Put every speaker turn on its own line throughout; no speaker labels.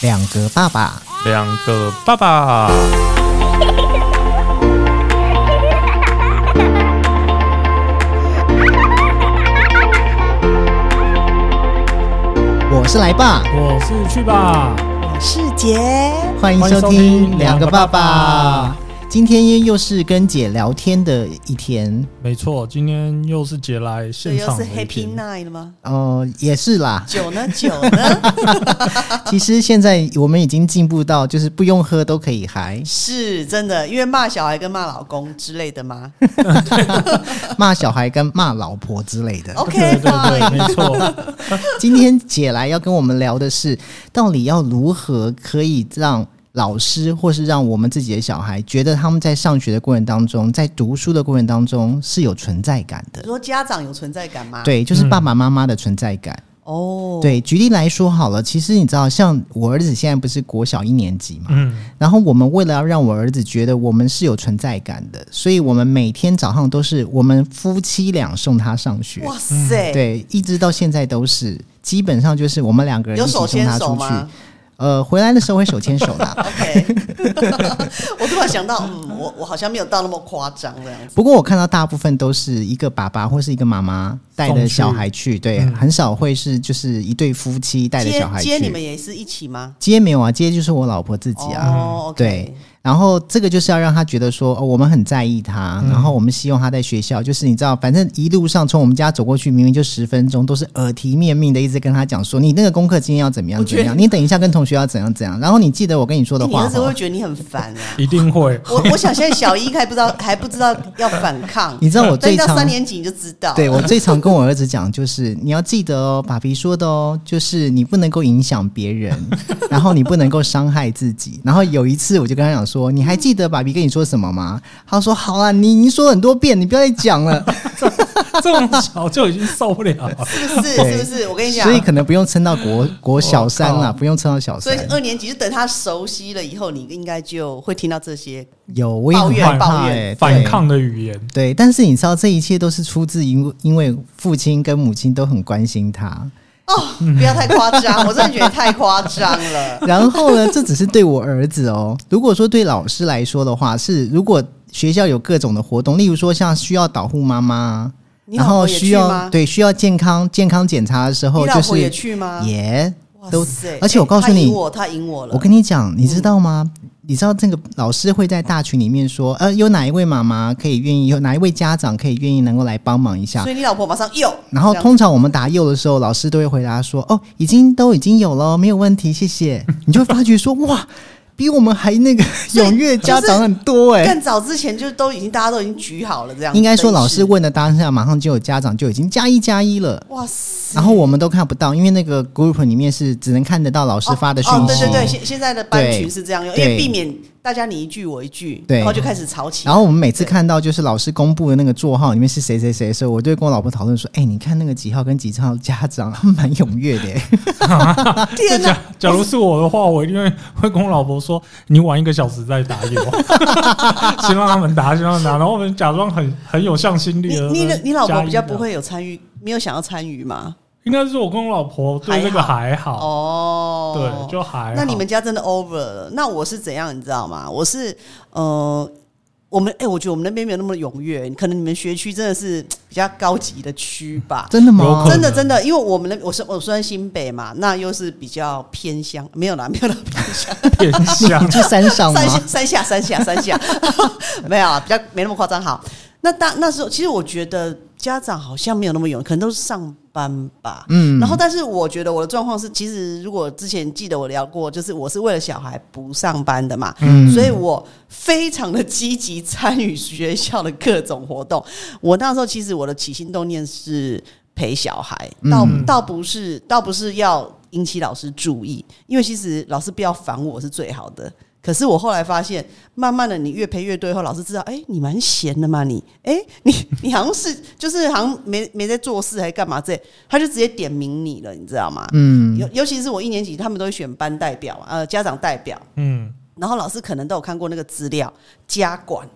两个爸爸，
两个爸爸。
我是来爸，
我是去吧，
世杰，
欢迎
欢迎
收
收
听
听
《两
两
个
个
爸
爸
爸
爸》。
今天又是跟姐聊天的一天，
没错，今天又是杰来
这
现
又
场
是
的一
Happy
天
Night 了吗？
哦、也是啦。
酒呢？ 酒呢？
其实现在我们已经进步到，就是不用喝都可以 嗨，
是真的，因为骂小孩跟骂老公之类 的吗
骂小孩跟骂老婆之类的。
？OK
对对
fine，
对，没错，
今天姐来要跟我们聊的是，到底要如何可以让老师或是让我们自己的小孩觉得他们在上学的过程当中，在读书的过程当中是有存在感
你
的。
说家长有存在感吗？，
对，就是
嗯
爸爸妈妈的存在感。
哦，，
对，举例来说好了，其实你知道，像我儿子现在不是国小一年级嘛，
嗯，
然后我们为了要让我儿子觉得我们是有存在感的，所以我们每天早上都是我们夫妻俩送他上学。
哇
嗯
塞，
对，一直到现在都是，基本上就是我们两个人
有
一起
手
送
牵
他
手
出去。
吗
呃，回来的时候会手牵手啦。
？OK，我突然想到，嗯，我我好像没有到那么夸张这样子。
不过我看到大部分都是一个爸爸或是一个妈妈带着小孩去，对，
嗯
很少会是就是一对夫妻带着
接
小孩去。
接你们也是一起吗？
接没有啊，接就是我老婆自己啊。
哦，OK，
对，然后这个就是要让他觉得说，哦，我们很在意他，
嗯
然后我们希望他在学校，就是你知道，反正一路上从我们家走过去，明明就十分钟，都是耳提面命的一直跟他讲说，你那个功课今天要怎么样
我
怎
觉得
么样，你等一下跟同学要怎样怎样，然后你记得我跟你说的
哎你
话
儿子会
哦。
觉得你很烦啊。
一定会。
我我想现在小一还不知道还不知道要反抗，
你知道我最
但到
常
三年级你就知道了，
对我最常跟我儿子讲就是，你要记得哦，爸比说的哦，就是你不能够影响别 人，然后你不能够伤害自己。然后有一次我就跟他讲说，你还记得爸比跟你说什么吗？他说好啦，你已经说很多遍，你不要再讲了。
这么小就已经受不了了，
是不是？
对
是不是？我跟你讲，
所以可能不用撑到国 国小三
我
啦，
靠
不用撑到小
所
三
以。呃二年级就等他熟悉了以后，你应该就会听到这些。
有我也
抱
很
怨
害怕
抱怨
哎，
反
对。
抗的语言，
对，但是你知道，这一切都是出自因为因为父亲跟母亲都很关心 他。
哦，
嗯
不要太夸 张，我真的觉得太夸张了。
然后呢，这只是对我儿子哦。如果说对老师来说的话，是如果学校有各种的活动，例如说像需要导护妈妈，
你
然
老
后
婆也
需
去
要
吗？
对需要健康健康检查的时候，
你
就
老婆也
是
去吗？
也
哇
都
塞，
而且我
哎
告诉
他
你
赢我他赢我了。嗯
我跟你讲，你知道吗？你知道这个老师会在大群里面说，呃，有哪一位妈妈可以愿意，有哪一位家长可以愿意能够来帮忙一下
所。以你老婆马上又，
然后
这样
通常我们答右的时候，老师都会回答说，哦，已经都已经有了，没有问题，谢 谢。你就会发觉说，哇，比我们还那个
所以
踊跃家
就是
长很多哎、
更早之前就都已经大家都已经举好了这样。
应该说，老师
等于
问的当下，马上就有家长就已经加一加一了。
是，哇塞，
然后我们都看不到，因为那个 group 里面是只能看得到老师发的讯息。
哦，对对对，现现在的班
对
群是这样用，因
对
为避免大家你一句我一句，
对
然后就开始吵起来。
然后我们每次看到就是老师公布的那个座号里面是谁谁谁的时候，我就会跟我老婆讨论说：“哎、你看那个几号跟几号家长，他们蛮踊跃 的、
天哪
假，假如是我的话，我一定会会跟我老婆说，你晚一个小时再打给我， 先让他们打，先让他们打，然后我们假装很很有向心力
你
的。
你的你老婆比较不
加一，
会有参与，没有想要参与吗？
应该是我跟我老婆对这个还好，
哦，
对，就还好。
那你们家真的 over 了。那我是怎样，你知道吗？我是呃，我们哎、我觉得我们那边没有那么踊跃，可能你们学区真的是比较高级的区吧。
真的
有
吗
可？能
真的真的，因为我们那我是我虽然新北嘛，那又是比较偏乡，没有啦，没有啦，
偏向
你去山上
三下
吗？
三下三下三下， 没有啊，比较没那么夸张。好，那当那时候其实我觉得家长好像没有那么勇，可能都是上班吧。
嗯，
然后，但是我觉得我的状况是，其实如果之前记得我聊过，就是我是为了小孩不上班的嘛，
嗯
所以我非常的积极参与学校的各种活动。我那时候其实我的起心动念是陪小孩，倒、
嗯
倒不是倒不是要引起老师注意，因为其实老师不要烦我是最好的。可是我后来发现，慢慢的你越陪越多以后，老师知道，哎、你蛮闲的嘛，你，哎、你 你好像是就是好像没没在做事还干嘛这，他就直接点名你了，你知道吗？
嗯，
尤尤其是我一年级，他们都会选班代表嘛，呃，家长代表，
嗯，
然后老师可能都有看过那个资料，家管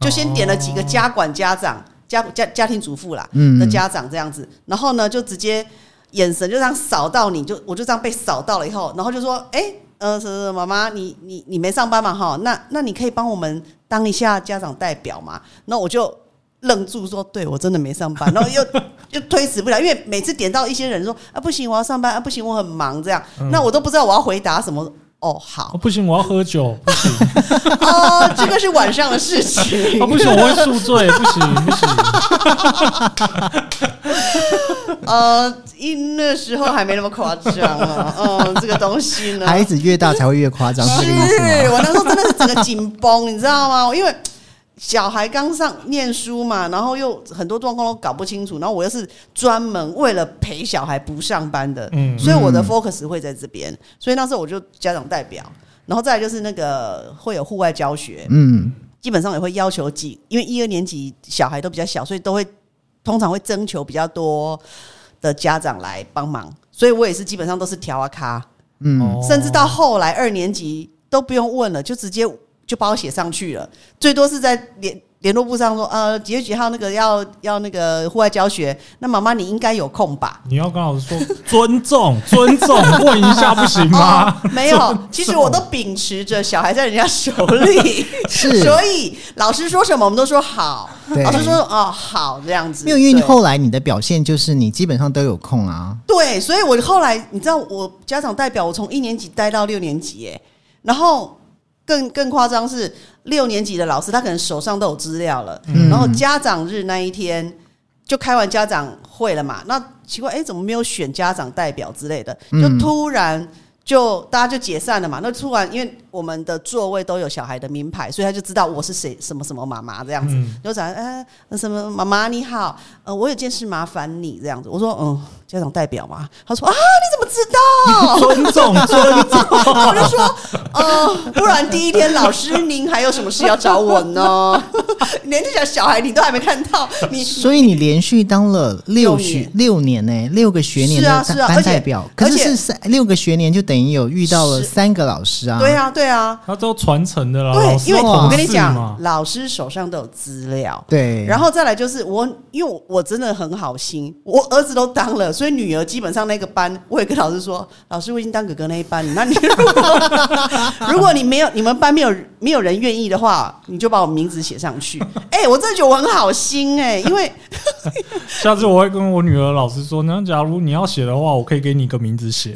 就先点了几个家管家长、家家家庭主妇啦
嗯
的家长这样子，然后呢就直接眼神就这样扫到你，就我就这样被扫到了以后，然后就说，哎、呃，什么什么妈妈，你你你没上班嘛？哈，那那你可以帮我们当一下家长代表嘛？那我就愣住说，对我真的没上班，然后又 又推辞不了，因为每次点到一些人说啊不行，我要上班啊不行，我很忙这样，那我都不知道我要回答什么。哦，
哦
好，
不行，我要喝酒，不行，
哦，这个是晚上的事 情
哦，不行，我会宿醉，不行，不行。
呃，因那时候还没那么夸张啊，嗯，这个东西呢，
孩子越大才会越夸张，是这个意思吗？
是我那时候真的是整个紧绷，你知道吗？因为小孩刚上念书嘛，然后又很多状况都搞不清楚，然后我又是专门为了陪小孩不上班的，
嗯
所以我的 focus 会在这边，所以那时候我就家长代表，然后再来就是那个会有户外教学，
嗯，
基本上也会要求几，因为一二年级小孩都比较小，所以都会通常会征求比较多的家长来帮忙，所以我也是基本上都是调啊咖，
嗯
哦
甚至到后来二年级都不用问了，就直接就把我写上去了，最多是在联联络簿上说，呃，几月几号那个要要那个户外教学，那妈妈你应该有空吧？
你要跟老师说尊 重，尊重，问一下不行吗？
哦、没有，其实我都秉持着小孩在人家手里，
是
所以老师说什么我们都说好，
对
老师说哦好这样子，
没有，因为你
对
后来你的表现就是你基本上都有空啊，
对，所以我后来你知道，我家长代表我从一年级待到六年级，哎，然后更更夸张是六年级的老师，他可能手上都有资料了，
嗯
然后家长日那一天就开完家长会了嘛，那奇怪，哎，怎么没有选家长代表之类的？就
嗯
突然。就大家就解散了嘛，那突然因为我们的座位都有小孩的名牌，所以他就知道我是谁什么什么妈妈这样子，
嗯
就讲哎、呃什么妈妈你好，呃，我有件事麻烦你这样子。我说嗯，家长代表嘛。他说啊，你怎么知道？
尊重，尊重。
我就说呃，不然第一天老师您还有什么事要找我呢？ 连这小小孩你都还没看到，你
所以你连续当了六
六
学
年
六年呢、六个学年
是啊
的
是啊
班
而且
代表，
而
可是
且
是三六个学年就等于有遇到了
是
三个老师啊，
对啊对啊
他都传承的啦，老
对，
师
因为
都
我
同
跟你
事
讲
嘛，，
老师手上都有资料。
对，
然后再来就是我，因为我我真的很好心，我儿子都当了，所以女儿基本上那个班，我也跟老师说，老师我已经当哥哥那一班，那你如果 如果你没有你们班没有没有人愿意的话，你就把我名字写上去。哎、我真的觉得我很好心哎、因为
下次我会跟我女儿老师说，那假如你要写的话，我可以给你一个名字写。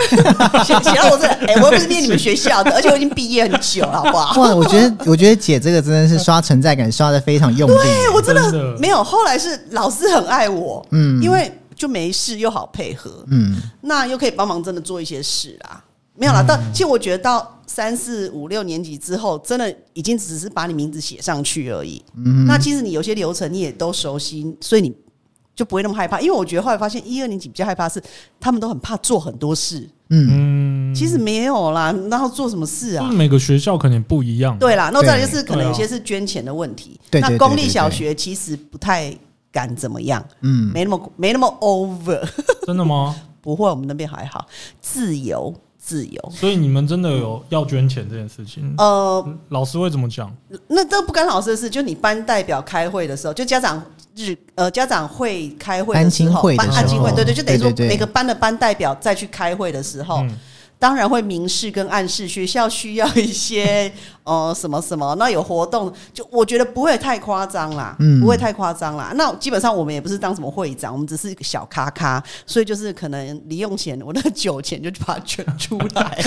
写写到我这， 哎、我又不是念你们学校的，而且我已经毕业很久了，好不好？
哇，我觉得 我觉得姐这个真的是刷存在感刷的非常用力，
哎，我真的
真的
没有。后来是老师很爱我，
嗯
因为就没事又好配合，
嗯，
那又可以帮忙真的做一些事啦。没有啦，到其实我觉得到三四五六年级之后，真的已经只是把你名字写上去而已。
嗯
那其实你有些流程你也都熟悉，所以你就不会那么害怕。因为我觉得后来发现一二年级比较害怕是他们都很怕做很多事，
嗯，
其实没有啦，然后做什么事啊
嗯
就是？每个学校可能不一样。
对啦，那再来就是
对
可能有些是捐钱的问题。
对对
那
对
公
对
立
对
小学其实不太敢怎么样，
嗯，
没那么没那么 over。
真的吗？
不会，我们那边还好，自由自由。
所以你们真的有要捐钱这件事情，
呃，
老师会怎么讲？
那这不干老师的事，就你班代表开会的时候，就家长日呃家长会开会的
班
时
亲
候，
会的
班
时候
安亲会，对对，就等于说
对对对
每个班的班代表再去开会的时候，
嗯，
当然会明示跟暗示，学校需要一些呃什么什么，那有活动，就我觉得不会太夸张啦，
嗯
不会太夸张啦。那基本上我们也不是当什么会长，我们只是一个小咖咖，所以就是可能零用钱，我那个酒钱就把它捐出来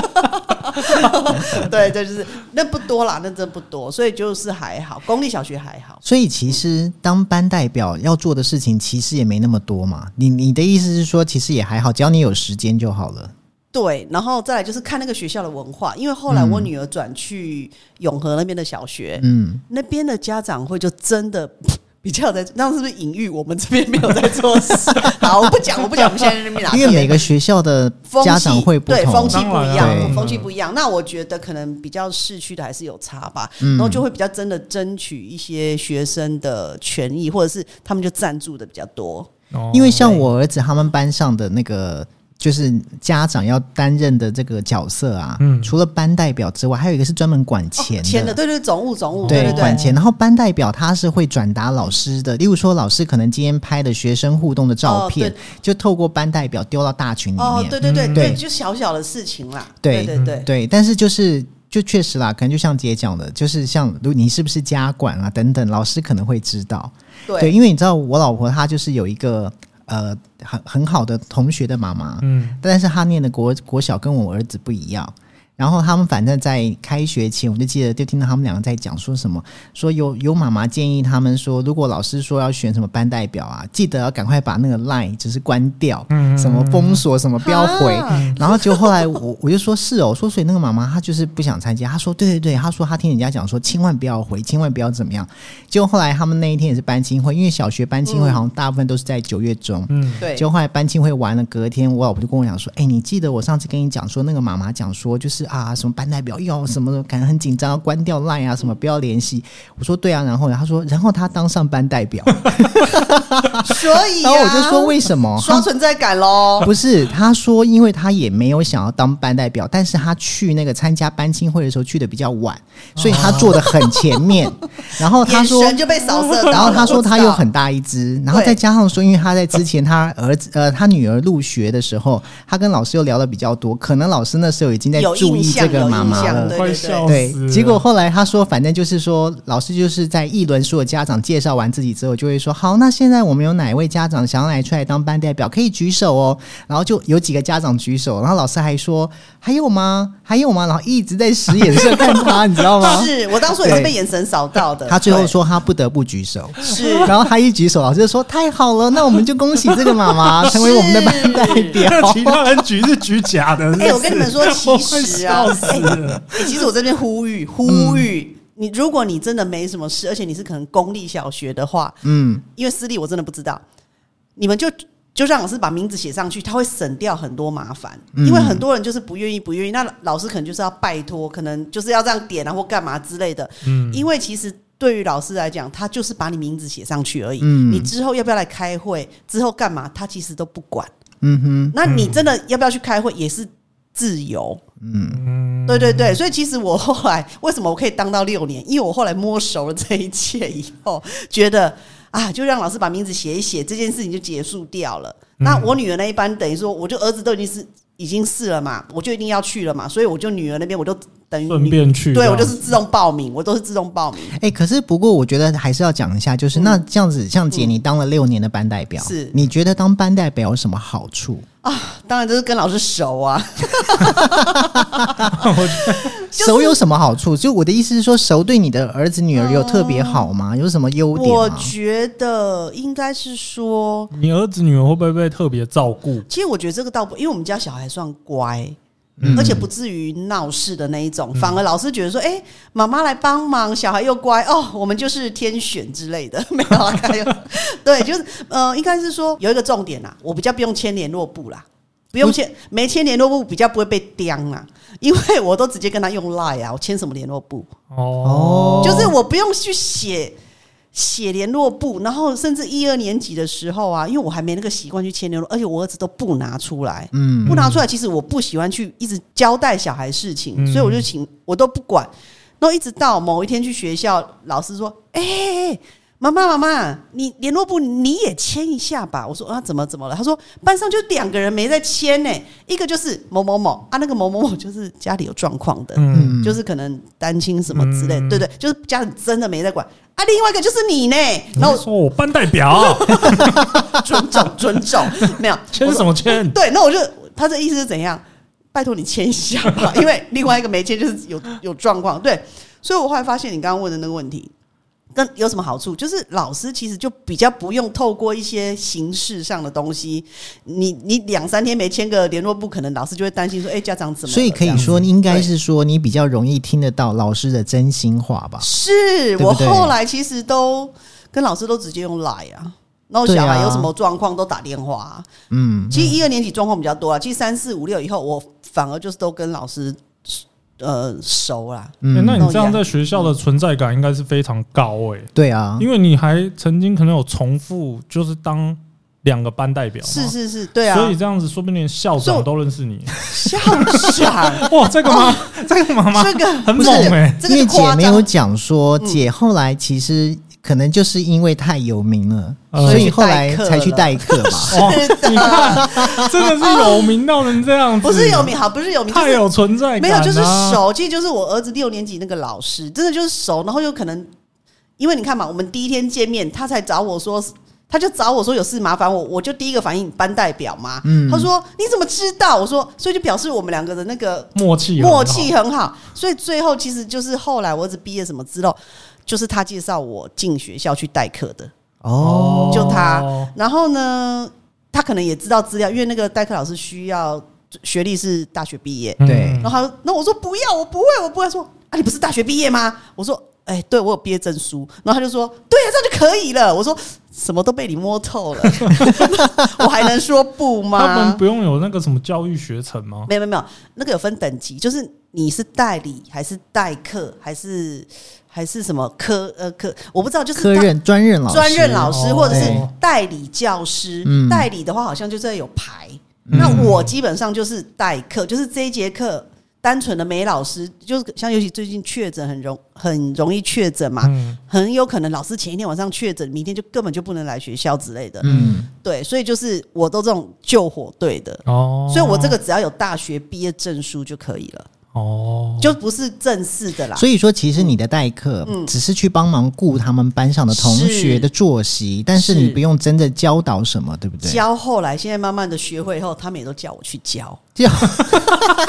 了。 对，这就是那不多啦，那真不多，所以就是还好，公立小学还好。
所以其实当班代表要做的事情其实也没那么多嘛，你你的意思是说其实也还好，只要你有时间就好了，
对，然后再来就是看那个学校的文化，因为后来我女儿转去永和那边的小学，
嗯，
那边的家长会就真的 比较在，那是不是隐喻我们这边没有在做事？好，我不讲，我不讲，我们现在在那边哪
因
边
为每个学校的
风气
家长会不
对
同，
风气不一
当然啊
样，
对
风气不一样。那我觉得可能比较市区的还是有差吧，
嗯
然后就会比较真的争取一些学生的权益，或者是他们就赞助的比较多。
哦
因为像我儿子他们班上的那个。就是家长要担任的这个角色啊，
嗯
除了班代表之外，还有一个是专门管钱的。
哦钱的，对对，总务总务，
对
哦对
管
对，
钱，然后班代表他是会转达老师的，例如说老师可能今天拍的学生互动的照
哦
片，
对
就透过班代表丢到大群里面。
哦，对对对
嗯
对，
对
就小小的事情啦，
对
对对，
对，但是就是就确实啦，可能就像姐讲的，就是像如果你是不是家管啊等等，老师可能会知道。
对
因为你知道我老婆她就是有一个呃很很好的同学的妈妈，
嗯，
但是她念的国国小跟我儿子不一样。然后他们反正在开学前，我就记得就听到他们两个在讲说什么，说有有妈妈建议他们说，如果老师说要选什么班代表啊，记得要赶快把那个 line 就是关掉，什么封锁什么不要回。然后就后来我 我就说是哦，我说所以那个妈妈她就是不想参加，她说对对对，她说她听人家讲说千万不要回，千万不要怎么样。结果后来他们那一天也是班亲会，因为小学班亲会好像大部分都是在九月中，
嗯，
对
结果后来班亲会完了，隔天我老婆就跟我讲说：“哎、你记得我上次跟你讲说，那个妈妈讲说，就是啊，什么班代表要什么的，感觉很紧张，要关掉 line 啊，什么不要联系。”我说：“对啊。”然后呢，他说：“然后他当上班代 表。
啊所”以
然后我就
啊
说：“为什么？”
刷
他
存在感喽，
不是，他说，因为他也没有想要当班代表，但是他去那个参加班亲会的时候去的比较晚，所以他坐的很前面。然后他
眼
说，
神就被扫射到了，
然后他说
我知
他有
道
很大一只，然后再加上说，因为他在之前他儿子呃他女儿入学的时候，他跟老师又聊的比较多，可能老师那时候已经在
有
注意
印象
这个妈妈
有印象
了。
对
快
对
笑
对，
对
死，了
结果后来他说，反正就是说，老师就是在一轮所有家长介绍完自己之后，就会说，好，那现在我们有哪一位家长想要来出来当班代表，可以举手哦。然后就有几个家长举手，然后老师还说，还有吗？还有吗？然后一直在使眼色看他，你知道吗？
是我当初也是
对
被眼神扫到的，
他最后
对
说他不得不举手，
是
然后他一举手，老师就说：“太好了，那我们就恭喜这个妈 妈成为我们的班代
那
表。
其他人举是举假的。
哎、我跟你们说，
是不
其
是
实 啊
我快笑，死
哎、
了。嗯
哎其实我这边呼吁呼吁、你，如果你真的没什么事，而且你是可能公立小学的话，”
嗯，
因为私立我真的不知道，你们就就让老师把名字写上去，他会省掉很多麻烦，
嗯
因为很多人就是不愿意，不愿意，那老师可能就是要拜托，可能就是要这样点啊或干嘛之类的，
嗯
因为其实。对于老师来讲，他就是把你名字写上去而已。
嗯
你之后要不要来开会？之后干嘛？他其实都不管。
嗯哼，
那你真的要不要去开会，也是自由。
嗯，
对对对，所以其实我后来为什么我可以当到六年？因为我后来摸熟了这一切以后，觉得啊，就让老师把名字写一写，这件事情就结束掉了。那
嗯
我女儿那一班，等于说我就儿子都已经是已经是了嘛，我就一定要去了嘛，所以我就女儿那边我就等于
顺便去啊这
对
样。
我就是自动报名，我都是自动报名。
哎、可是不过我觉得还是要讲一下，就是、那这样子，像姐你当了六年的班代表，
嗯是
你觉得当班代表有什么好处？
当然就是跟老师熟啊，
熟有什么好处？就我的意思是说，熟对你的儿子女儿有特别好吗？有什么优点
嗯我
吗？
觉得应该是说，
你儿子女儿会不会被特别照顾？
其实我觉得这个倒不，因为我们家小孩算乖，
嗯
而且不至于闹事的那一种，反而老师觉得说，哎、妈妈来帮忙，小孩又乖哦，我们就是天选之类的， 没有啊？还有对，就是呃，应该是说有一个重点啦，啊我比较不用签联络簿啦。不用签，没签联络簿比较不会被刁啦，因为我都直接跟他用 Line 啊，我签什么联络簿？
哦，
就是我不用去写写联络簿，然后甚至一二年级的时候啊，因为我还没那个习惯去签联络，而且我儿子都不拿出来，
嗯
不拿出来。其实我不喜欢去一直交代小孩事情，
嗯
所以我就请我都不管。然后一直到某一天去学校，老师说：“哎、哎哎妈妈妈妈，你联络簿你也签一下吧。”我说：“啊，怎么怎么了？”他说：“班上就两个人没在签呢、一个就是某某某啊，那个某某某就是家里有状况的，
嗯，
嗯，
就是可能单亲什么之类，
嗯
对对，就是家人真的没在管啊。另外一个就是你呢，然
然
后
后说我班代 表
我尊重尊重，没有
签什
么？
么签？
对，那我就他的意思是怎样？拜托你签一下吧，因为另外一个没签就是有有状况。对，所以我后来发现你刚刚问的那个问题。跟有什么好处？就是老师其实就比较不用透过一些形式上的东西，你你两三天没签个联络簿，可能老师就会担心说，哎、家长怎么了？
所以可
这
以
样
说，应该是说你比较容易听得到老师的真心话吧？
是
对不
我
对
后来其实都跟老师都直接用 Line 啊，然后
对
小
啊
孩有什么状况都打电话、啊。
嗯，
其实一二年级状况比较多啊，其实三四五六以后，我反而就是都跟老师呃熟啦。
欸
嗯，
那你这样在学校的存在感应该是非常高哎，
嗯
对啊，
因为你还曾经可能有重复，就是当两个班代表嘛，
是是是，对啊，
所以这样子说不定连校
所以我
长都认识 你。
校 长
哇，这个妈，这个妈妈
这个
很
不是
猛哎
这
因
个
为
是
姐
夸
没有
张，嗯
讲说，姐后来其实可能就是因为太有名了，
嗯
所以后来才去代课嘛。
哦，你看，真的是有名到能这样子，
不是有名，好，不是有名，就
太
是
有存在感啊
没
啦，
有，就是熟。其实就是我儿子六年级那个老师，真的就是熟，然后又可能因为你看嘛，我们第一天见面，他才找我说。他就找我说有事麻烦我，我就第一个反应班代表嘛。
嗯
他说你怎么知道？我说所以就表示我们两个的那个
默契很好，
默契很好，所以最后其实就是后来我儿子毕业什么之后，就是他介绍我进学校去代课的。
哦，
就他然后呢，他可能也知道资料，因为那个代课老师需要学历是大学毕业。
嗯
对
然后他说那我说不要，我不会，我不会。他说啊，你不是大学毕业吗？我说哎、对我有毕业证书。然后他就说对啊，这样就可以了。我说什么都被你摸透了， 我还能说不吗？
他们不用有那个什么教育学程吗？
没有没有没有，那个有分等级，就是你是代理还是代课还是还是什么科呃科，我不知道，就是
科
他
任专任老师，
专任老师
哦
或者是代理教师。
嗯
代理的话好像就是要有牌，
嗯
那我基本上就是代课，就是这一节课。单纯的没老师，就是像尤其最近确诊很容很容易确诊嘛，
嗯，
很有可能老师前一天晚上确诊，明天就根本就不能来学校之类的。
嗯，
对，所以就是我都这种救火队的，
哦，
所以我这个只要有大学毕业证书就可以了，
哦，
就不是正式的啦。
所以说其实你的代课
嗯
只是去帮忙顾他们班上的同学的作息，但是你不用真的教导什么，对不对？
教后来，现在慢慢的学会以后，他们也都叫我去教，
教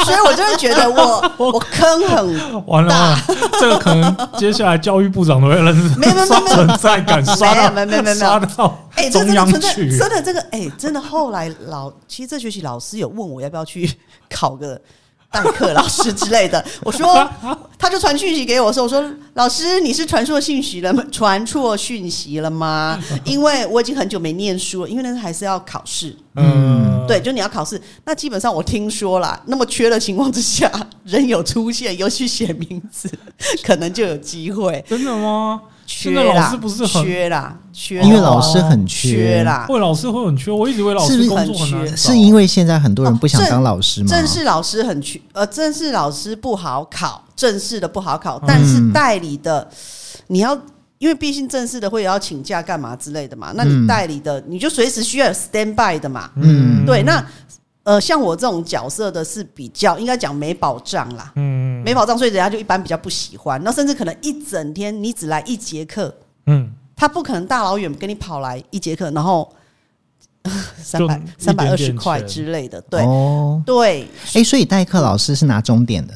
所以我就会觉得我我坑很
完了完了，这个可能接下来教育部长都会认识，
没有没有没有没有
存在感刷到，
没有没有没有没有
刷到
哎、这
中
真的
央
存在，
去，
真的这个哎、真的后来老，其实这学期老师有问我要不要去 考个代课老师之类的，我说他就传讯息给我说，我说老师你是传错讯息了吗？ 传错讯息了吗？因为我已经很久没念书了，因为那个还是要考试，
嗯，
对，就你要考试，那基本上我听说啦，那么缺的情况之下，人有出现，尤其写名字，可能就有机会。
真的吗？
缺
现在老
啦
师，不是很
缺啦，缺啦，
因为老师很
缺啦，
为老师会很缺，我一直以为老
是不
师啊
是
工作很
很
难
缺
找，
是因为现在很多人不想
哦正
当老师吗？
正式老师很缺，呃，正式老师不好考，正式的不好考，
嗯
但是代理的、你要。因为毕竟正式的会要请假干嘛之类的嘛，那
嗯
你代理的、你就随时需要有 stand by 的嘛。
嗯
对，那呃，像我这种角色的是比较应该讲没保障啦，
嗯
没保障，所以人家就一般比较不喜欢。那甚至可能一整天你只来一节课，
嗯，
他不可能大老远跟你跑来一节课，然后 三
就
百
一
三百
点
二十
点
块
钱
之类的。对、
哦，
对，
哎、所以代课老师是拿终点的。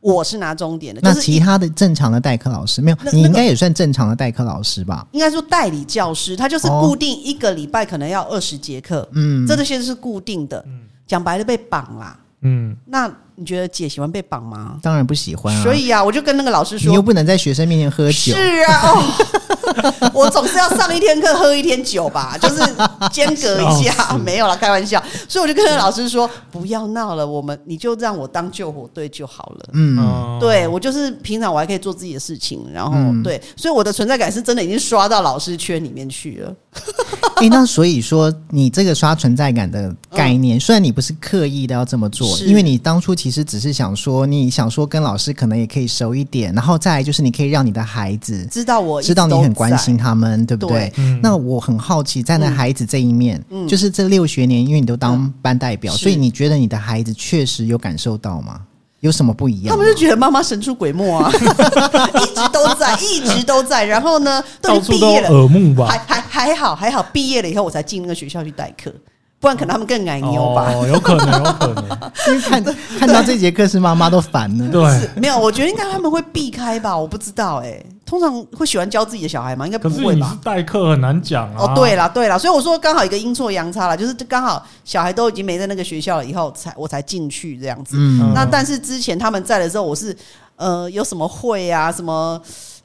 我是拿终点的，
那
就是
其他的正常的代课老师没有
那，
你
那
应
个
该也算正常的代课老师吧？
应该说代理教师，他就是
哦
固定一个礼拜可能要二十节课，
嗯，
这这些是固定的。讲白了，被绑啦。
嗯，
那你觉得姐喜欢被绑吗？
当然不喜欢啊。
所以啊，我就跟那个老师
你又
说，
不能在学生面前喝酒
是，啊，哦， 我总是要上一天课喝一天酒吧， 就是间隔一下，没有啦，开玩笑。所以我就跟那个老师说，不要闹了，我们你就让我当救火队就好了。
嗯，
嗯，
对我就是平常我还可以做自己的事情，然后、
嗯
对，所以我的存在感是真的已经刷到老师圈里面去了。
哎、那所以说你这个刷存在感的概念，虽然你不是刻意的要这么做，
嗯是
因为你当初其实只是想说，你想说跟老师可能也可以熟一点，然后再来就是你可以让你的孩子
知道我一直
知道你
都
很关
在
心他们，对不对
对？嗯
嗯
那我很好奇，站在孩子这一面，就是这六学年，因为你都当班代表，
嗯
所以
是
你觉得你的孩子确实有感受到吗？有什么不一样
他
吗？
们就觉得妈妈神出鬼没啊， 一直都在，一直都在。然后呢，都
到
已经
处
毕
都有
业了，
耳目吧
还，还还好还好，毕业了以后我才进那个学校去代课，不然可能他们更矮妞吧。
哦，有可能，有可 能，
因为看看到这节课是妈妈都烦了。
对。
没有，我觉得应该他们会避开吧，我不知道哎、通常会喜欢教自己的小孩吗？应该不
可是
会
你
吧
是。代课很难讲啊。
哦，对啦，对啦，所以我说刚好一个阴错阳差啦，就是刚好小孩都已经没在那个学校了，以后才我才进去这样子。
嗯，
那但是之前他们在的时候，我是呃有什么会啊，什么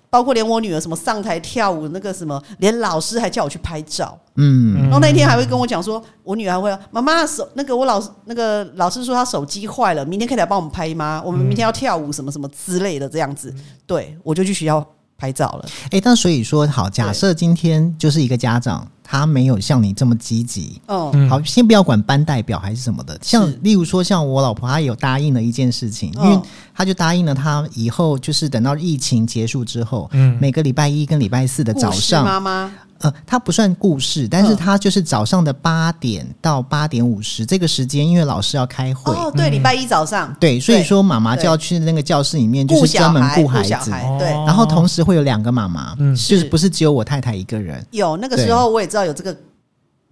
包括连我女儿什么上台跳舞那个什么，连老师还叫我去拍照。
嗯，
然哦后那一天还会跟我讲说，我女儿还会妈妈手那个我老那个老师说她手机坏
嗯
了，明天可以来帮我们拍吗？我们明天要跳舞什么什么之类的这样子。对，我就去学校。拍照了。
哎，但所以说，好，假
对
设今天就是一个家长，他没有像你这么积极。
嗯，
嗯
好，先不要管班代表还是什么的，像
是
例如说，像我老婆，她有答应了一件事情，因为
嗯
她就答应了，她以后就是等到疫情结束之后，
嗯
每个礼拜一跟礼拜四的
故
早
事
上，
妈妈
呃，它不算故事，但是
嗯
它就是早上的八点到八点五十这个时间，因为老师要开会，嗯
哦，对，礼拜一早上，
对，所以说妈妈
对
就要去那个教室里面，就
顾
是专
小
门
孩，
顾
顾
孩
小
子，
孩，对，
哦
然后同时会有两个妈妈，
嗯
就是
是
不是只有我太太一个人？
有那个时
对
候我也知道有这个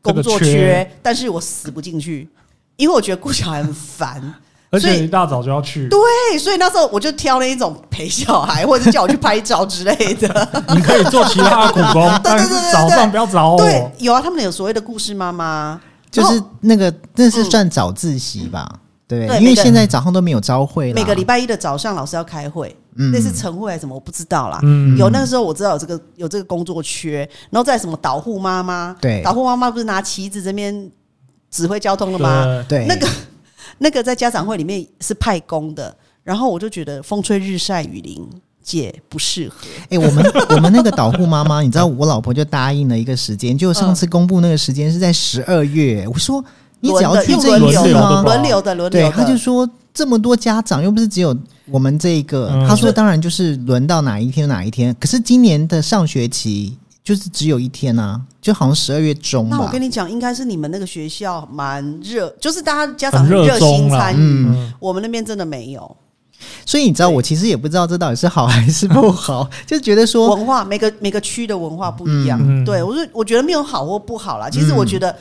这
工
个
作
缺
但是我死不进去，因为我觉得顾小孩很烦。
而
所以
且一大早就要去，
对，所以那时候我就挑那一种陪小孩，或者是叫我去拍照之类的。
你可以做其他的苦 工，但是早上不要找
对
我，。
有啊，他们有所谓的故事妈妈，
就是
然后
那个那是算早自习吧，对不
哦嗯对
对，因为
每个
现在早上都没有朝会了，
每个礼拜一的早上老师要开会，
嗯
那是晨会还是什么，我不知道啦。
嗯
有那个时候我知道有这个有这个工作缺，然后在什么导护妈妈，
对
导护妈妈不是拿旗子这边指挥交通了
对
吗？
对
那个那个在家长会里面是派工的，然后我就觉得风吹日晒雨淋姐不适合。
哎、我们我们那个导护妈妈，你知道我老婆就答应了一个时间，就上
嗯
次公布那个时间是在十二月，我说你只要
轮的
去
用
这
轮
一
流
次
的
吗
吧？
轮流的，轮流
对，
的，
他就说这么多家长又不是只有我们这一个，
嗯
他说当然就是轮到哪一天哪一天，可是今年的上学期就是只有一天啊，就好像十二月中
那我
吧
跟。你讲，应该是你们那个学校蛮热，就是大家家长
很热
热
衷
心
啦
参与。
嗯，
嗯，
我们那边真的没有
所以你知道，我其实也不知道这到底是好还是不好，就觉得说，
文化，每个每个区的文化不一样。
嗯嗯
对我是我觉得没有好或不好啦。其实
嗯
我觉得，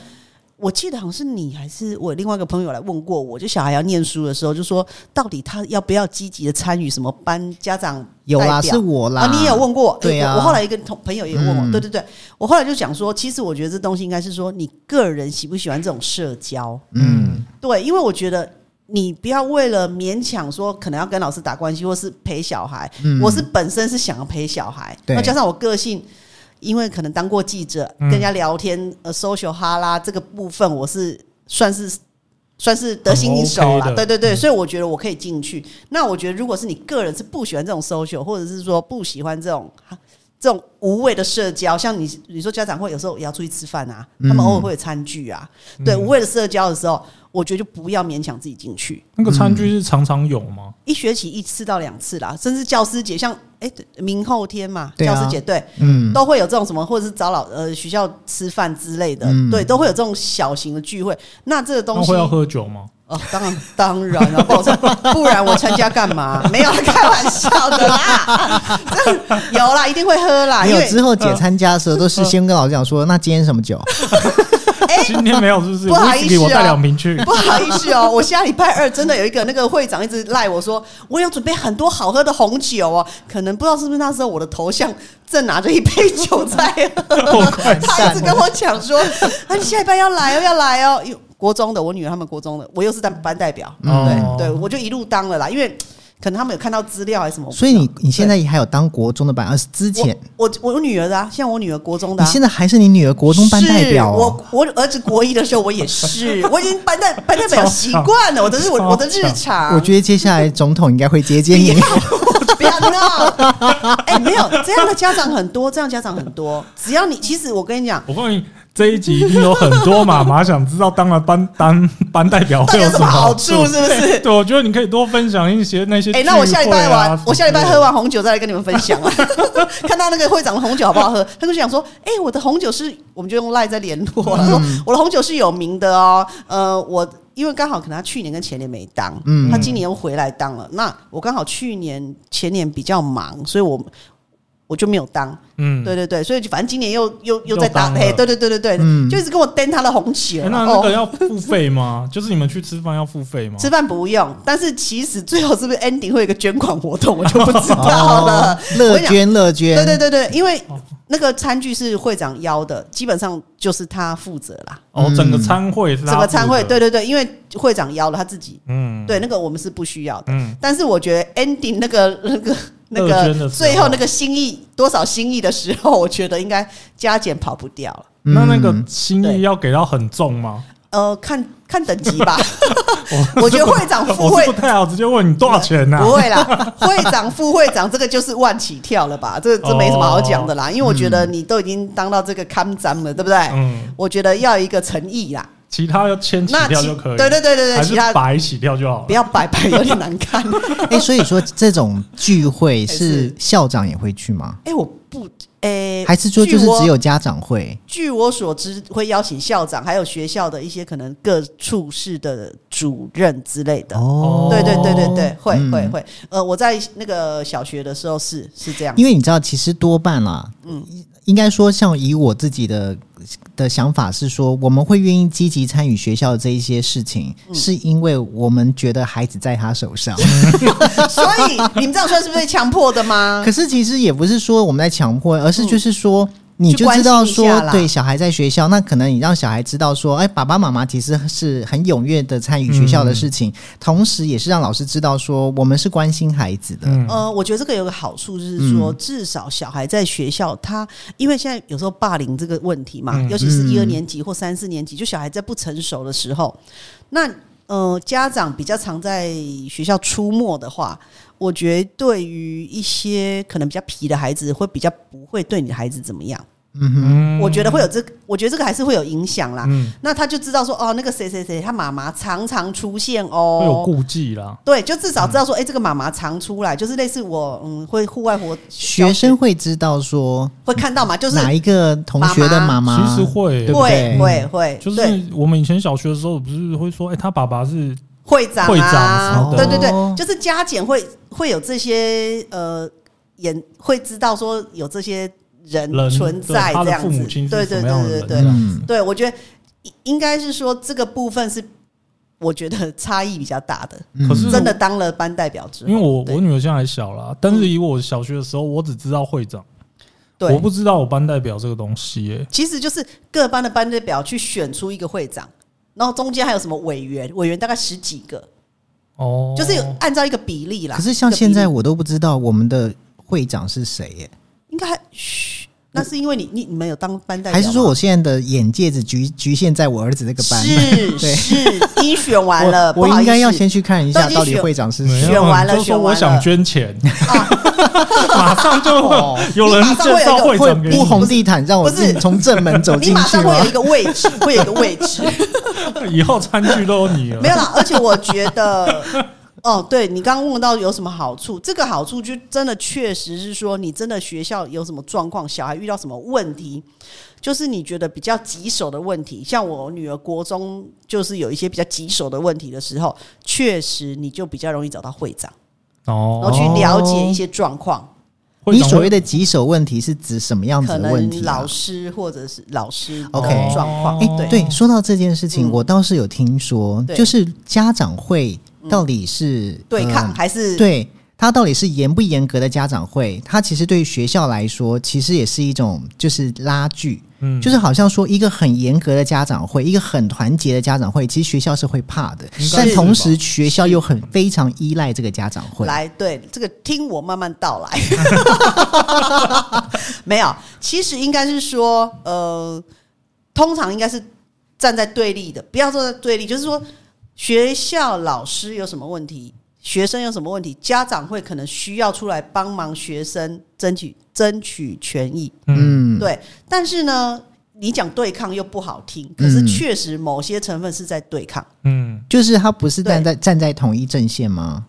我记得好像是你还是我另外一个朋友来问过我，就小孩要念书的时候，就说到底他要不要积极的参与什么班家长
有啦，
代表
是我啦，
啊，你也有问过？
对啊
我我后来一个同朋友也问我，
嗯
对对对，我后来就讲说，其实我觉得这东西应该是说你个人喜不喜欢这种社交，
嗯，
对，因为我觉得你不要为了勉强说可能要跟老师打关系，或是陪小孩，
嗯
我是本身是想要陪小孩，
对
那加上我个性。因为可能当过记者，
嗯
跟人家聊天，呃，social 哈拉这个部分，我是算是算是得心应手啦。
很 OK 的嗯
对对对，所以我觉得我可以进去。那我觉得，如果是你个人是不喜欢这种 social，或者是说不喜欢这种这种无谓的社交，像你你说家长会有时候也要出去吃饭啊，
嗯
他们偶尔会有餐具啊，对，
嗯
无谓的社交的时候，我觉得就不要勉强自己进去。
那个餐具是常常有吗？
一学期一次到两次啦，甚至教师节，像哎、对明后天嘛，
对啊
教师节对，
嗯，
都会有这种什么，或者是找老呃学校吃饭之类的，
嗯
对，都会有这种小型的聚会。那这个东
那
西
会要喝酒吗？
哦，当然当然了，不然我 不然我参加干 嘛？没有啦，开玩笑的啦，有啦，一定会喝啦，
没
啊因
有
为
之后姐参加的时候都是先跟老师讲说，那今天什么酒？
嗯
今天没有，是不是？
哎不好意思啊
Whisky 我带两瓶 去。
不好意思哦，我下礼拜二真的有一个那个会长一直赖我说，我有准备很多好喝的红酒哦，可能不知道是不是那时候我的头像正拿着一杯酒在喝， 他一直跟我讲说，啊，你下礼拜要来哦，要来哦，因为国中的我女儿他们国中的，我又是当班代表，
嗯
哦
嗯对，我就一路当了啦，因为可能他们有看到资料还是什么，
所以你你现在还有当国中的班，而是之前
嗯我我我女儿的、啊，像我女儿国中的、
你
啊，
现在还是你女儿国中班代表、
是
哦，
我我儿子国一的时候，我也 是，我已经班代班代表习惯了，我的是我我的日常。
我觉得接下来总统应该会接见 你。
得不要闹，哎、没有这样的家长很多，这样家长很多。只要你，其实我跟你讲，
我告诉你，这一集一定有很多妈妈想知道当了班当班代表
到
会
底有
什
什
么
么
好
好处，是不是？
对，我觉得你可以多分享一些那些聚
哎、
会啊。
那我下礼拜
什么
完
之，
我下礼拜
类的
喝完红酒再来跟你们分 享啊。看到那个会长的红酒好不好喝？他就想说，哎、我的红酒是，我们就用赖在联
嗯
络、他说我的红酒是有名的哦，呃，我。因为刚好可能他去年跟前年没当，
嗯
他今年又回来当了。那我刚好去年前年比较忙，所以我我就没有当。
嗯，
对对对，所以反正今年又又又在
又当
当，
了
嘿，对对对对对，
嗯
就一直跟我登他的红酒。
哎那那
哦
个要付费吗？ 就是你们去吃饭要付费吗？
吃饭不用，但是其实最后是不是 ending 会有一个捐款活动，我就不知 道了。
哦乐
我跟你
捐乐捐，
对对对对，因为
哦
那个餐具是会长邀的，基本上就是他负责啦，
哦，
嗯
整个餐会是他
整个餐会。
付的
对，对对，因为会长邀了他自己，
嗯，
对那个我们是不需要的。
嗯，
但是我觉得 ending 那个那 个那
乐捐的时候
个最后那个心意多少心意的时候，我觉得应该加减跑不掉了。
嗯，
那那个心意
对
要给到很重吗？
呃，看看等级 吧。 我觉得会长、副
我
会
是不太好，直接问你多少钱啊呐、
啊不会啦，会长、副会长这个就是万起跳了吧？这这没什么好讲的啦，因为我觉得你都已经当到这个看长了，对不对？
哦嗯，
我觉得要有一个诚意啦，
其他要签起
那
跳
其
就可以，
对对对对
还
对，
是
其他
白起跳就好
不
了。
要白白有点 难看。
哎、所以说这种聚会是
是
校长也会去吗？
哎，我不，哎，
还是说
据
就是
我
只有家长会？
据我所知，会邀请校长，还有学校的一些可能各处室的主任之类的。
哦，
对对对对对，会
嗯
会会。呃，我在那个小学的时候是是这样
因。为你知道，其实多半啦，嗯，应该说，像以我自己的的想法是说，我们会愿意积极参与学校的这一些事情，
嗯
是因为我们觉得孩子在他手 上。
所以你们这样算是被强迫的吗
可？是其实也不是说我们在强迫，而是就是说。你就知道
嗯去关心一
说
下，啦
对小孩在学校，那可能你让小孩知道说，哎，爸爸妈妈其实是很踊跃的参与学校的事情，
嗯
同时也是让老师知道说，我们是关心孩子的。
嗯，
呃，我觉得这个有个好处就是说，至少小孩在学校，他因为现在有时候霸凌这个问题嘛，
嗯
尤其是一二
嗯
年级或三四年级，就小孩在不成熟的时候，那呃，家长比较常在学校出没的话，我觉得对于一些可能比较皮的孩子，会比较不会对你的孩子怎么样。
嗯
我觉得会有这个，我觉得这个还是会有影响啦。
嗯
那他就知道说，哦，那个谁谁谁，他妈妈常常出现
会有
哦，
顾忌啦。
对，就至少
嗯
知道说，哎、这个妈妈常出来，就是类似我，嗯，会户外活
学生会知道说
会看到嘛，就是
哪一个同学的妈妈，
其实会
对，不
会
对
会
嗯
会，对
就是我们以前小学的时候，不是会说，哎、他爸爸是
会长啊，
会长什
么的
对对
哦
对，就是家检会会有这些呃，演会知道说有这些人
人
存
对
在
他
这
的
样
父
子
母亲，
对
是
对
什么
对
样
对
的
对
人
对，
嗯，
对我觉得应应该是说这个部分是我觉得差异比较大的，
嗯
可是
真的当了班代表之后，
因为我
对嗯
我女儿现在还小啦，但是以我小学的时候，我只知道会长，
对
我不知道我班代表这个东西、耶
其实就是各班的班代表去选出一个会长，然后中间还有什么委员，委员大概十几个，
哦，
就是有按照一个比例啦。
可是像
一个比
现
例
在我都不知道我们的会长是谁耶，
应该还嘘，那是因为你你你们有当班代表吗，
还是说我现在的眼界只局局限在我儿子这个班？
是
对
是已经选完了，
我
不好
应该
意
要
思
先去看一下
都已经
到底
选
会长是
没
谁。
有啊
选完了
就说
选完了啊
我想捐钱， 马上就
哦
会有人介绍 会
会
长给
铺
你，
红地毯，让我
哦不是
进从正门走
你
进
马
去
上
吗
会有？一个位置，会有一个位置，
以后餐具都有 你了。
没有啦。而且我觉得， 哦，对你刚刚问到有什么好处，这个好处就真的确实是说，你真的学校有什么状况，小孩遇到什么问题，就是你觉得比较棘手的问题，像我女儿国中就是有一些比较棘手的问题的时候，确实你就比较容易找到会长，然后
哦，
去了解一些状况。
会
你
长会
所谓的棘手问题是指什么样子
可
的问题
能
啊、
老师或者是老师的
OK
状况。
哎
对，
对，说到这件事情，
嗯
我倒是有听说，
对嗯
就是家长会到底是、
对抗
呃
还是
对他到底是严不严格的家长会？他其实对于学校来说，其实也是一种就是拉锯，
嗯
就是好像说一个很严格的家长会，一个很团结的家长会，其实学校是会怕的，
应该
但
是
同
吧
时学校又很非常依赖这个家长会。
来，对这个听我慢慢道 来。没有，其实应该是说，呃，通常应该是站在对立的，不要说对立，就是说学校老师有什么问题，学生有什么问题，家长会可能需要出来帮忙学生争取争取权益。
嗯，
嗯，
对，但是呢，你讲对抗又不好听，可是
嗯
确实某些成分是在对抗。
嗯，
就是他不是站
对
在站在统一阵线吗？
嗯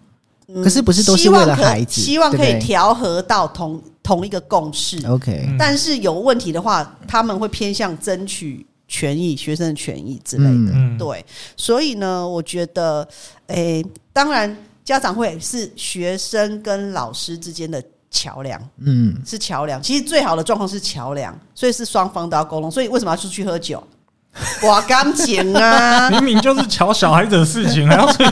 可是不是都是
希望
为了
可
孩子
希望可
对
以
不对
调和到同同一个共识。
OK，
嗯
但是有问题的话，他们会偏向争取权益、学生的权益之类的。
嗯，
嗯，
对，所以呢，我觉得，诶、当然家长会是学生跟老师之间的桥梁。
嗯，
是桥梁。其实最好的状况是桥梁，所以是双方都要沟通。所以为什么要出去喝酒？哇，感 情啊，
明明就是瞧小孩子的事情，还要去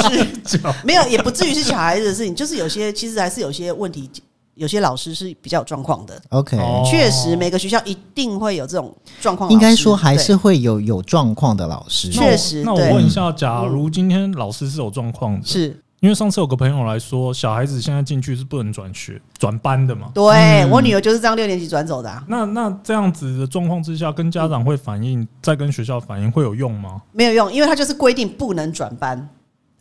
讲
没有也不至于是小孩子的事情，就是有些其实还是有些问题，有些老师是比较有状况的。
OK，、
哦
确实，每个学校一定会有这种状况老师。
应该说还是
哦对
会有有状况的老师。
确实
那我
对
问一下，假如今天老师是有状况的，
是
因为上次有个朋友来说，小孩子现在进去是不能转学转班的嘛。
对我
嗯
女儿就是这样六年级转走的、啊，
那那这样子的状况之下，跟家长会反映，再跟学校反映会有用吗？
没有用，因为她就是规定不能转班，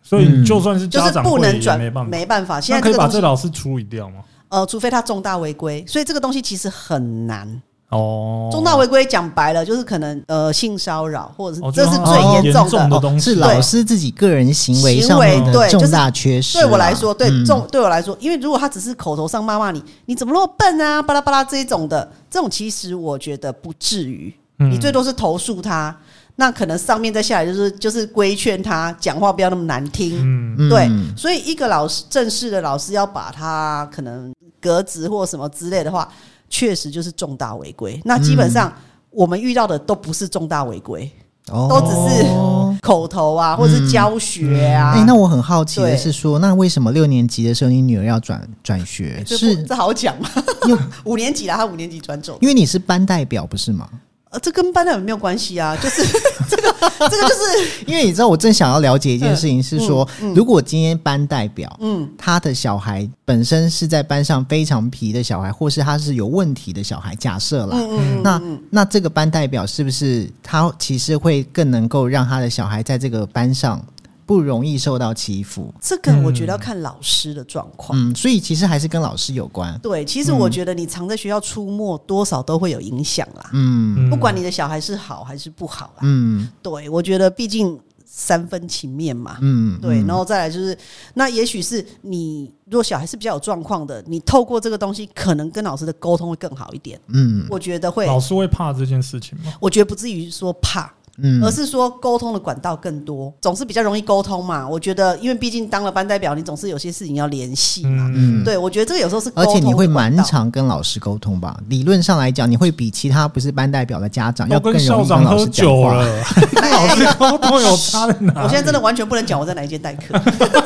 所
嗯
以就算是
就
家
是
长
不
会
能
也
转
没办，法。
没办法。现
那
在
可
这
以
个
把
东
这
西，
老师处理掉吗？
呃，除非他重大违规，所以这个东西其实很难。
哦，
重大违规讲白了就是可能呃性骚扰，或者是
哦
这是
就
最
很
严
重
重的。
东西
呃哦是老师自己个人行为上面
行为对
的重大缺失啦。
对我来说，对
啊
嗯
重对我来说，因为如果他只是口头上骂骂你，你怎么那么笨啊，巴拉巴拉这一种的，这种其实我觉得不至于，
嗯
你最多是投诉他，那可能上面再下来就是就是规劝他讲话不要那么难听，
嗯，
嗯
对，所以一个老师正式的老师要把他可能革职或什么之类的话，确实就是重大违规。那基本上我们遇到的都不是重大违规，都只是
哦
口头啊，或是教学啊。
哎、那我很好奇的
对
是说，那为什么六年级的时候你女儿要转转学？
哎这
哎是
不这好讲吗？
因为
五年级啦，他五年级转走，
因为你是班代表不是吗？
呃，这跟班长有没有关系啊？就是 这个，这个就是
因为你知道，我正想要了解一件事情，是说、如果今天班代表
嗯，
他的小孩本身是在班上非常皮的小孩，或是他是有问题的小孩，假设啦，那那这个班代表是不是他其实会更能够让他的小孩在这个班上不容易受到欺负？
这个我觉得要看老师的状况。
嗯，所以其实还是跟老师有关。
对，其实我觉得你常在学校出没，多少都会有影响啦。
嗯
嗯
不管你的小孩是好还是不好啦，
嗯
对我觉得毕竟三分情面嘛。
嗯，
对，
嗯
然后再来就是，那也许是你如果小孩是比较有状况的，你透过这个东西，可能跟老师的沟通会更好一点。
嗯
我觉得会，
老师会怕这件事情吗？
我觉得不至于说怕，
嗯，
而是说沟通的管道更多，总是比较容易沟通嘛。我觉得，因为毕竟当了班代表，你总是有些事情要联系嘛。
嗯
对，我觉得这个有时候是沟
而
通
且
的管
你
道，
会蛮常跟老师沟通吧？理论上来讲，你会比其他不是班代表的家长要
都
更
哦跟
容易
校
跟
长
老
喝
师讲
酒
话。
了，跟老师 沟通有差在哪里？
我现在真的完全不能讲我在哪一间代课，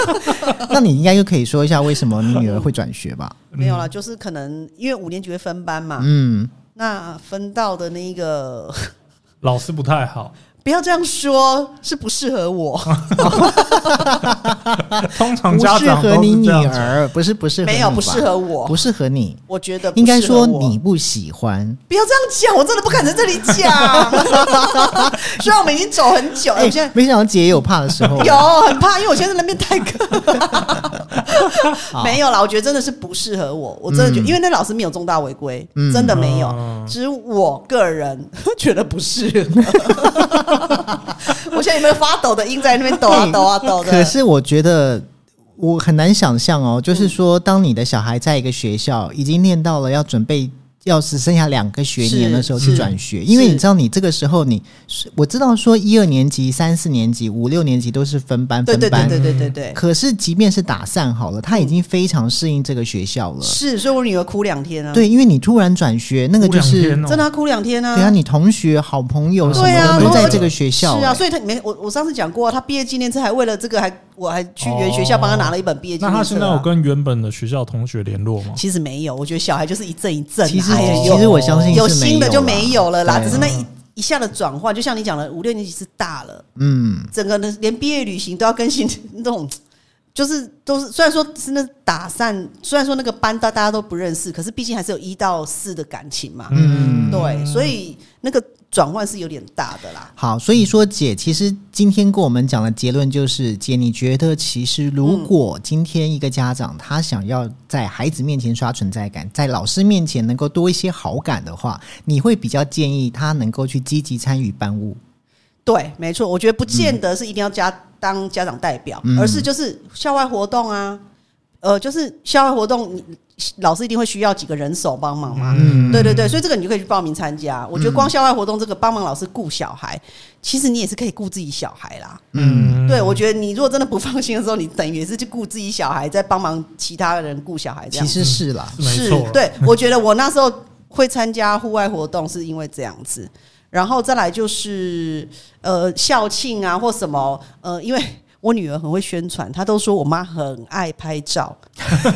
那你应该就可以说一下为什么你女儿会转学 吧？
没有啦，就是可能因为五年级会分班嘛，
嗯，
那分到的那一个，
老师不太好，
不要这样说，是不适合我。
哦
通常
不
家
适
长
合
都
你
是
女
这样子。
儿，不是不适合
没
你
有
吧，
不适合我，
不适合你。
我觉得不
应该
适合
说
我
你不喜欢。
不要这样讲，我真的不敢在这 里讲。 虽然我们已经走很久，哎、
哎
我现在，。
没想到姐也有怕的时 候。
有很怕，因为我现在在那边代课， 没有啦。我觉得真的是不适合我，我真的觉得，
嗯
因为那老师没有重大违规，
嗯
真的没有。
嗯
只是我个人 觉得不适 合。我现在有没有发抖的音在那边抖啊抖啊抖
嗯
的？
可是我觉得我很难想象哦，就是说，当你的小孩在一个学校已经念到了要准备。要只剩下两个学年的时候
是
去转学，因为
是
你知道，你这个时候你我知道说一二年级、三四年级、五六年级都是分班
对
分
对对
班，
对对对对，
可是即便是打散好了，他已经非常适应这个学校了。
是，所以我女儿哭两天啊，，
对，因为你突然转学，那个就
哭两
是
天哦
真的她哭两天
对啊，你同学、好朋友什么
对
的
啊
都
然后
在这个学校，欸
是啊，所以他没我我上次讲过、啊，他毕业纪念册还为了这个还我还去原学
哦
校帮他拿了一本毕业纪
那
念册、啊
他现在有跟原本的学校同学联络吗？
其实没有，我觉得小孩就是一阵一阵、啊，
其实
哎呀
其实我相信
有有
是没
新的就没有了啦，
对啊
只是那一一下的转换，就像你讲的，五六年级是大了，
嗯，
整个的连毕业旅行都要更新那种。就是都是，虽然说是那打散，虽然说那个班大大家都不认识，可是毕竟还是有一到四的感情嘛，
嗯
对，所以那个转换是有点大的啦。
好，所以说姐，其实今天跟我们讲的结论就是，姐，你觉得其实如果今天一个家长他想要在孩子面前刷存在感，在老师面前能够多一些好感的话，你会比较建议他能够去积极参与班务。
对，没错，我觉得不见得是一定要家、当家长代表，
嗯
而是就是校外活动啊，呃，就是校外活动，你老师一定会需要几个人手帮忙嘛。
嗯
对对对，所以这个你就可以去报名参加。我觉得光校外活动这个帮忙老师顾小孩，其实你也是可以顾自己小孩啦。
嗯
对，我觉得你如果真的不放心的时候，你等于也是去顾自己小孩，再帮忙其他人顾小哎孩这
其
样。
实是啦，
是没错啦，
对，我觉得我那时候会参加户外活动是因为这样子，然后再来就是呃校庆啊或什么呃，因为。 我女儿很会宣传，她都说我妈很爱拍照，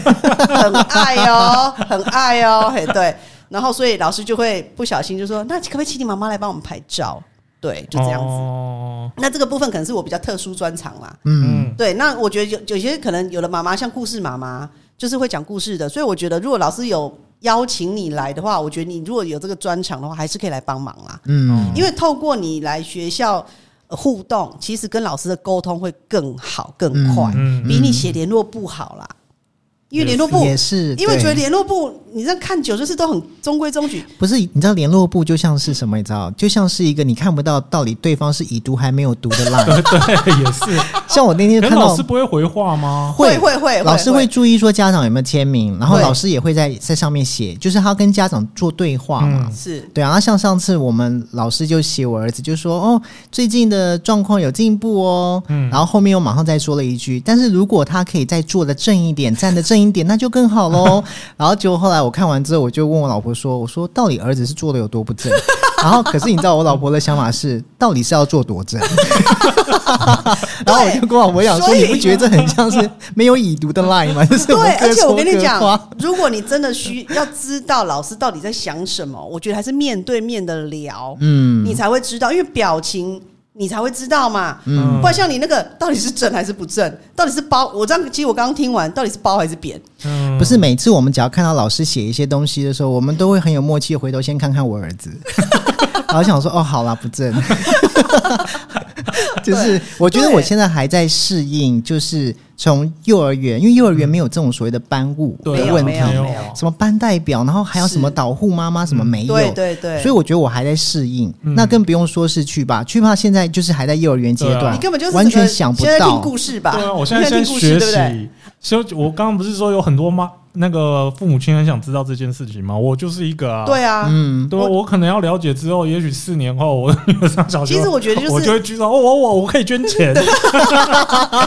很爱哦，很爱哦，嘿，对。然后所以老师就会不小心就说：“那可不可以请你妈妈来帮我们拍照？”对，就这样子。
哦，
那这个部分可能是我比较特殊专长啦。
嗯，
嗯，
对，那我觉得有有些可能有的妈妈像故事妈妈，就是会讲故事的，所以我觉得如果老师有邀请你来的话，我觉得你如果有这个专长的话，还是可以来帮忙啦。
嗯，
因为透过你来学校呃互动，其实跟老师的沟通会更好更快，
嗯
比你写联络簿好啦。因为联络簿，
也是，
因为
对
觉得联络簿你这样看久就是都很中规中矩，
不是，你知道联络部就像是什么？你知道，就像是一个你看不到到底对方是已读还没有读的 line。
对， 也是。
像我那天
可
看
能
到
老师不会回话吗？
会会会，
老师会注意说家长有没有签名，然后
会
老师也会在在上面写，就是他跟家长做对话嘛。
是
对啊，那像上次我们老师就写我儿子，就说哦，最近的状况有进步哦，
嗯
然后后面又马上再说了一句，但是如果他可以再坐的正一点，站的正一点，那就更好 喽。然后结果后来我看完之后，我就问我老婆说，我说到底儿子是坐的有多不正？然后可是你知道我老婆的想法是，到底是要做多正？ 然后我就跟我老婆讲说，
所以
你不觉得这很像是没有已读的 line 吗？就是我
对
们，
而且我
各
跟你
说各
讲
话，
如果你真的需要知道老师到底在想什么，我觉得还是面对面的聊，
嗯，
你才会知道，因为表情你才会知道嘛。
嗯
不然像你那个到底是正还是不正，到底是包，我这样其实我刚刚听完，到底是包还是扁？
嗯
不是每次我们只要看到老师写一些东西的时候，我们都会很有默契，回头先看看我儿 子，然后想说哦，好啦，不正。就是我觉得我现在还在适应，就是从幼儿园，因为幼儿园没有这种所谓的班务
对啊
没
的
有
问
没
题
有，
没有
没有，
什么班代表，然后还有什么
是
导护妈妈，什么没有。
对对对，
哎所以我觉得我还在适应，
嗯
那更不用说是去吧，去吧现在就是还在幼儿园阶
对啊
段，
你根本就是
完
整
全
个
想不
现在听
到。
故事吧？
对啊，我现在
你
先
听故事
学
对不对？
习。所以我刚刚不是说有很多妈那个父母亲很想知道这件事情吗？我就是一个啊。
对啊，
嗯，
对啊，
我
我可能要了解之后，也许四年后我 女儿上小学，
其实我觉得就是
我就会举手，哦我我我可以捐 钱，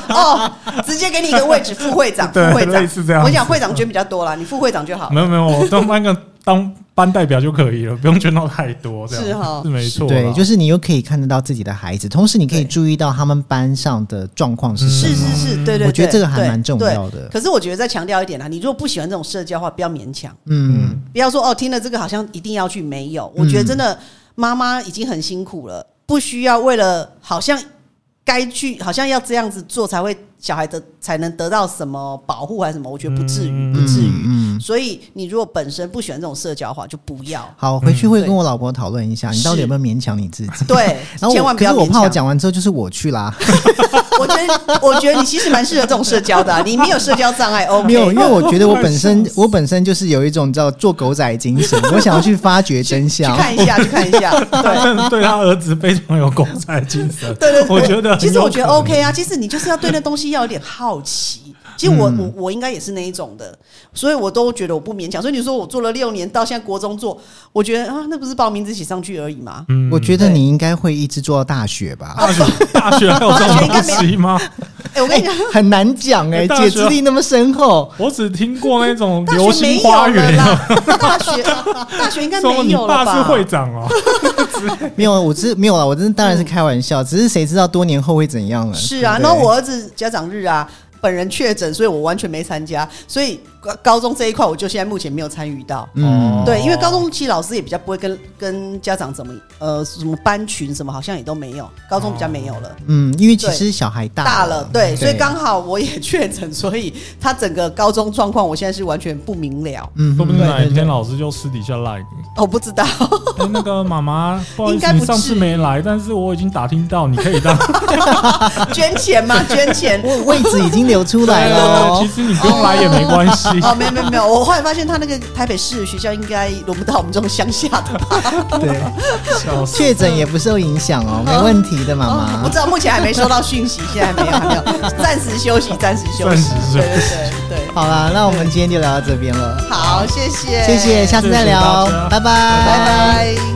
哦，直接给你一个位置，副会长，副
对
会长
类似这样
我讲会长捐比较多啦，你副会长就好。
没有没有，我当班个当班代表就可以了，不用捐到太多，这样
是哈
是没错啦，
对，就是你又可以看得到自己的孩子，同时你可以
对
注意到他们班上的状况嗯是什
是
么。
是是，对对对，
我觉得这个还
对
蛮重
对
要的
可是我觉得再强调一点啊啦，你如果不喜欢这种社交的话，不要勉强，
嗯，
不要说哦，听了这个好像一定要去，没有。我觉得真的妈妈已经很辛苦了，不需要为了好像该去，好像要这样子做才会小孩的才能得到什么保护还是什么，我觉得不至于，
嗯
不至于。
嗯。嗯
所以你如果本身不喜欢这种社交的话，就不要。
好，回去会
对
跟我老婆讨论一下，你到底有没有勉强你自己？
对，
然后我
千万不要
可是我
勉
怕我
强。
讲完之后就是我去 啦，
我觉得，我觉得你其实蛮适合这种社交的啊、你没有社交障碍，OK？
没有，因为我觉得我本身 我本身就是有一种你知道做狗仔精 神，我想要去发掘真
去
相。
看一下，去看一下。对，
对，对他儿子非常有狗仔精神，
对对对，
我觉得很有可能，
其实我觉得 OK 啊，其实你就是要对那东西要有点 好奇。其实我、
嗯
我我应该也是那一种的，所以我都觉得我不勉强。所以你说我做了六年，到现在国中做，我觉得啊，那不是把我名字写上去而已 吗？
嗯，
我觉得你应该会一直做到大学吧，
大学大学还有这种东西吗？
哎、我跟你讲，
很难讲哎，
大
解
学
智力那么深厚，
我只听过那种
大
哎流
学没
星
有
花
了
园，啊
啦，大学大学应该
说
没
你
有了
爸
吧？
是会长哦，
没有，我只没有啦，我真的当然是开玩笑，只是谁知道多年后会怎样了？
是啊，
对不对
然后我儿子家长日啊，本人确诊，所以我完全没参加，所以高高中这一块我就现在目前没有参与到。
嗯
哦
对，因为高中期老师也比较不会跟跟家长怎么呃什么班群什么，好像也都没有，高中比较没有了。
嗯，因为其
对
实小孩大
大了，对，所以刚好我也确诊，所以他整个高中状况，我现在是完全不明了，哦
嗯
说不定
对
哪一
对
天
对
老师就私底下赖 你，
我不知道。
哎，那个妈妈，不好意
应
思，
该不
你上次
至于
没来，但是我已经打听到，你可以 当
捐钱嘛，捐钱。
位置已经流出来了
对
哦
其。实你不用来也没关系，
哦，没有没有没有，我后来发现他那个台北市的学校应该轮不到我们这种乡下的吧？
对，
笑死
确诊也不受影响哦，没问题的，妈
哦 我不
妈
知。道，目前还没收到讯息，现在还没有，还没有，暂时休息，暂时休
暂
息
时。休息
对对对对，
好啦，那我们今天就聊到这边了，
好，谢谢，
谢谢，下次再
谢谢大
聊哦
家，
拜拜
拜拜。